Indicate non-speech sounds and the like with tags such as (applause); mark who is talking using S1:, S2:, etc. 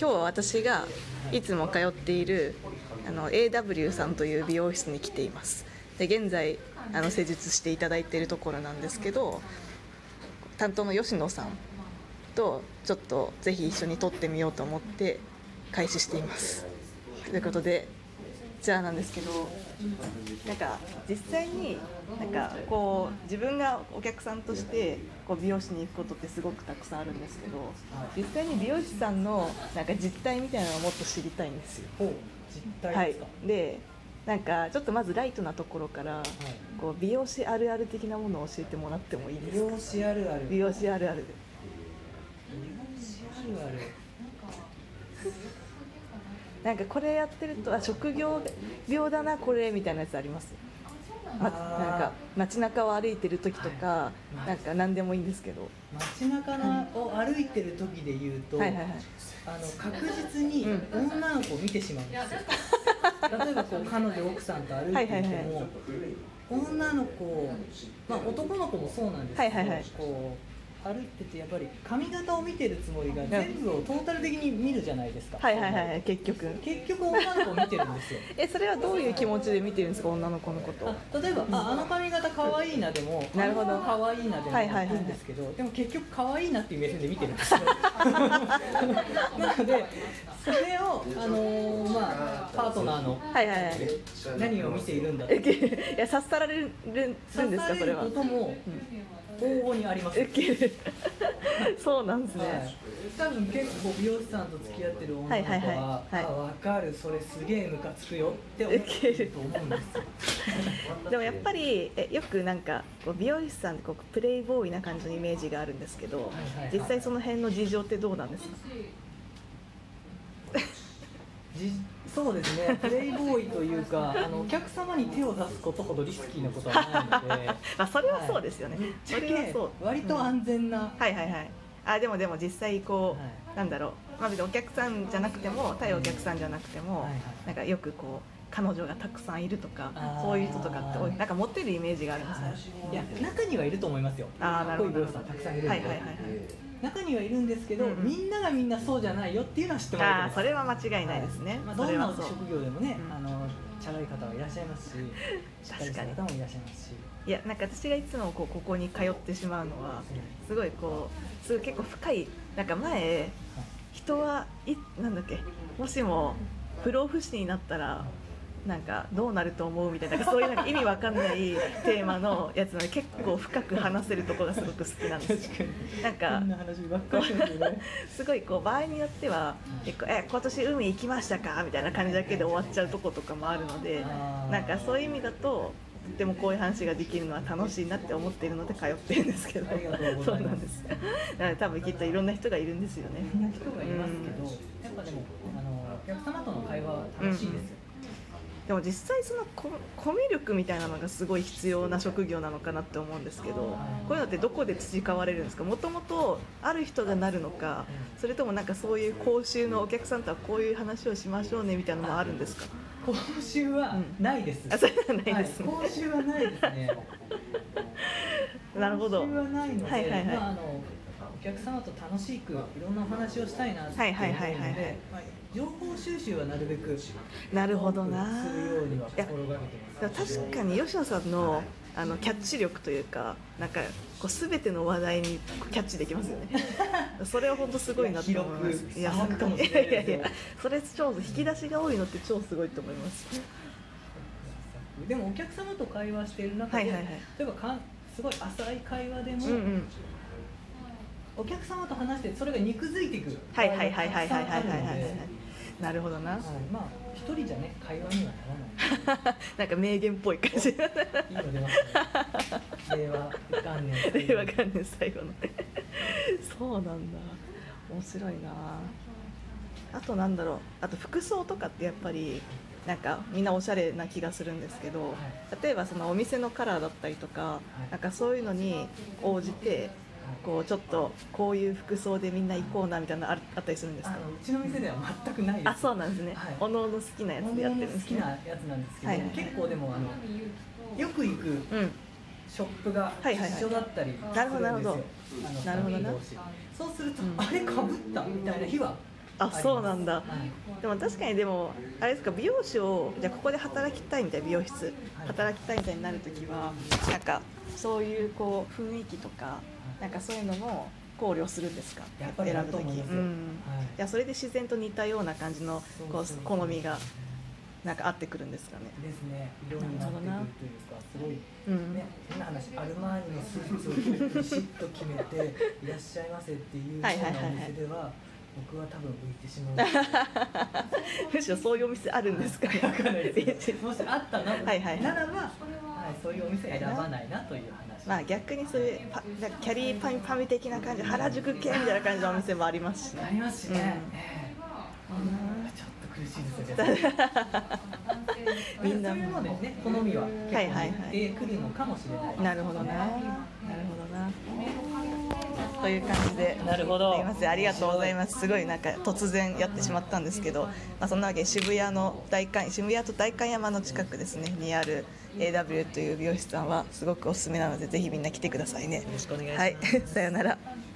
S1: 今日は私がいつも通っているあの AW さんという美容室に来ていますで現在あの施術していただいているところなんですけど担当の吉野さんとちょっとぜひ一緒に撮ってみようと思って開始していますということでじゃあなんですけどなんか実際になんかこう自分がお客さんとしてこう美容師に行くことってすごくたくさんあるんですけど実際に美容師さんのなんか実態みたいなのをもっと知りたいんですよ。
S2: ほう実
S1: は
S2: 態で
S1: い
S2: すか、、
S1: でなんかちょっとまずライトなところからこう美容師あるある的なものを教えてもらってもいいで
S2: 美
S1: すか
S2: 容師あるある
S1: 美容師あるあるで
S2: 美容師あるある
S1: なんかこれやってるとあ職業病だなこれみたいなやつありますま、なんか街中を歩いてる時とか、
S2: はい
S1: なんか何でもいいんですけど、
S2: 街中なを歩いてる時で言うと、
S1: はいはいはい
S2: あの確実に女の子を見てしまうんですよ、例えばこう彼女奥さんと歩いて
S1: はい
S2: いても、
S1: はいは
S2: 女の子、まあ、男の子もそうなんですけど、
S1: はいはいはい
S2: こう歩いててやっぱり髪型を見てるつもりが全部をトータル的に見るじゃないですか、
S1: はいはいはいはい結局
S2: 結局女の子を見てるんですよ
S1: えそれはどういう気持ちで見てるんですか女の子のことは
S2: あ例えばああの髪型可愛いなでも
S1: (laughs) なるほど
S2: あの可愛いなでも
S1: はいはいはい
S2: い
S1: はい
S2: くんですけど、でも結局可愛いなっていう目線で見てるんで
S1: (laughs)
S2: すよなのでそれをあのーまあパートナーの
S1: いはいはい
S2: 何を見ているんだと
S1: えけ (laughs) いや察さられるるんですか
S2: 刺さ
S1: そ
S2: れ
S1: れ
S2: る (laughs)
S1: は
S2: ことも往々にあります、
S1: えけそうなんですね、
S2: はい、多分結構美容師さんと付き合ってる女の子は,、
S1: はいはいはいはい
S2: あ分かるそれすげえムカつくよって思ってると思うんですよ
S1: でもやっぱりえよくなんかこう美容師さんってこうプレイボーイな感じのイメージがあるんですけど、
S2: はいはい
S1: 実際その辺の事情ってどうなんですか
S2: じそうです
S1: (laughs)
S2: ね、プレイボーイというか、あのお客様に手を出すことほどリスキーなことはないので、
S1: まあ (laughs) それはそうですよね、
S2: ぶっち
S1: そ
S2: ゃ
S1: れは
S2: け
S1: そう、
S2: 割と安全な、
S1: はいはいはいあでもでも実際こう、
S2: は
S1: なんだろう、まあ、別にお客さんじゃなくても対お客さんじゃなくても、
S2: はいはい
S1: なんかよくこう彼女がたくさんいるとか
S2: あー
S1: そういう人とかって多いなんか持ってるイメージがあるんですね、
S2: いや中にはいると思いますよ、
S1: あーなるほど
S2: こういう美容師さん、たくさんいるんで、
S1: はいはいはいはい
S2: 中にはいるんですけど、
S1: うんうん
S2: みんながみんなそうじゃないよっていうのは知ってもらえて
S1: あ
S2: ま
S1: ー
S2: す
S1: それは間違いないですね、
S2: まあ、
S1: そ
S2: ど
S1: れ
S2: ん
S1: は
S2: な
S1: そう
S2: 職業でもね、
S1: うん
S2: あのチャラい方はいらっしゃいますし、しっかりした方もいらっしゃいますし、
S1: いやなんか私がいつもこうここに通ってしまうのはすごいこうすごい結構深いなんか前人はいなんだっけもしも不老不死になったらなんかどうなると思うみたいななんかそういうなんか意味わかんないテーマのやつなので結構深く話せるところがすごく好きなんですよ
S2: 確かに、
S1: なん
S2: こ
S1: か
S2: んな話ばっかりですよね。
S1: すごいこう場合によっては結構「え今年海行きましたか?」みたいな感じだけで終わっちゃうとことかもあるので
S2: あー
S1: なんかそういう意味だととってもこういう話ができるのは楽しいなって思っているので通ってるんですけど
S2: ありがとうございます
S1: そうなんですだから多分きっといろんな人がいるんですよ
S2: いろん
S1: ね
S2: な人がいますけど、
S1: うん
S2: やっぱでもあのお客様との会話は楽しいですよ、
S1: でも実際そのココミュ力みたいなのがすごい必要な職業なのかなって思うんですけどこういうのってどこで培われるんですかもともとある人がなるのかそれともなんかそういう講習のお客さんとはこういう話をしましょうねみたいなのもあるんですか
S2: 講習はないです、
S1: あそれはないですね、
S2: はい講習はないですね
S1: (laughs) なるほど
S2: 講習はないので、
S1: はいはいはい
S2: まあ、あのお客様と楽しくいろんなお話をしたいなって
S1: は
S2: 思う
S1: い
S2: の
S1: はい
S2: で、
S1: はいはいはい
S2: まあ情報収集はなるべく
S1: なるほどな
S2: するようにはい
S1: や
S2: 心がけてます
S1: でも確かに吉野さんのあのキャッチ力というかなんかこう全ての話題にキャッチできますよ
S2: (laughs)
S1: ねそれは本当すごいなと思います
S2: いや広く
S1: 本当に
S2: 浅くかもしれない
S1: いや
S2: で
S1: い
S2: す
S1: や
S2: よ
S1: いやそれ超引き出しが多いのって超すごいと思います
S2: でもお客様と会話している中で、
S1: はいはいはい
S2: 例えばかすごい浅い会話でも、
S1: うんうん
S2: お客様と話してそれが肉づいていく
S1: はいはいはいはいはいはいはいはい
S2: 場合
S1: は
S2: がたくさんある
S1: い
S2: ので
S1: なるほどな
S2: はい、まあ一人じゃね会話にはな
S1: なんか名言っぽい感じ
S2: らない。いいの出ますね。令和元年。
S1: 令和元年最後のそうなんだ面白いなあとなんだろうあと服装とかってやっぱりなんかみんなおしゃれな気がするんですけど、例えばそのお店のカラーだったりとか、
S2: い
S1: なんかそういうのに応じてこうちょっとこういう服装でみんな行こうなみたいなのあるあったりするんです
S2: あ
S1: か
S2: のうちの店では全くないです。
S1: あそうなんですね、
S2: はい
S1: おのおの好きなやつでやってるん
S2: 好
S1: です
S2: き
S1: ね
S2: なやつなんですけど、
S1: はいはい
S2: 結構でもあのよく行く
S1: うん
S2: ショップが
S1: はいはいはい
S2: 一緒だったりするんですよ。
S1: なるほどなるほど
S2: あの
S1: なるほどな
S2: 同士そうすると、
S1: うん
S2: あれかぶったみたいな日は
S1: あそうなんだ
S2: はい
S1: でも確かにでもあれですか美容師をじゃあここで働きたいみたいな美容室
S2: はい
S1: 働きたいみたいになるときはなんかそういうこう雰囲気とかなんかそういうのも考慮するんですか
S2: やっぱり
S1: 選
S2: だ
S1: ぶ
S2: と
S1: とき
S2: 思います
S1: う
S2: よ
S1: ん
S2: はい
S1: いやそれで自然と似たような感じのこ
S2: そうそう
S1: う好みがなんか合ってくるんですかね
S2: ですね色になってくるというかすごい
S1: うん
S2: ね、変な話アルマーニのスーツをビシッと決めて「いらっしゃいませ」っていうような
S1: はいはいはいはい
S2: お店では僕は多分浮いてしま
S1: (laughs)
S2: うわ
S1: むしろそういうお店あるんです
S2: (laughs)
S1: かね
S2: かんないですけどもしあったな
S1: はいはい
S2: ならば、はい、そういうお店は選ばないなという話、
S1: まあ逆にそういうパなんかキャリーパミパミ的な感じ原宿系みたいな感じのお店もありますし
S2: あ
S1: ね
S2: りますしね、
S1: うん
S2: ええちょっと苦しい
S1: (laughs)
S2: ですよね
S1: みんな
S2: そういうのでね好みは結
S1: はいはい
S2: 構
S1: は
S2: 似
S1: い
S2: てくるのかもしれない、
S1: なるほどな。なるほどな。という感じで。
S2: なるほど
S1: すいません、ありがとうございます。すごいなんか突然やってしまったんですけど、まあそんなわけで渋谷の大観渋谷と代官山の近くですねにある A.W. という美容室さんはすごくおすすめなのでぜひみんな来てくださいね。よろしくお願いします。はい、さようなら。 (laughs)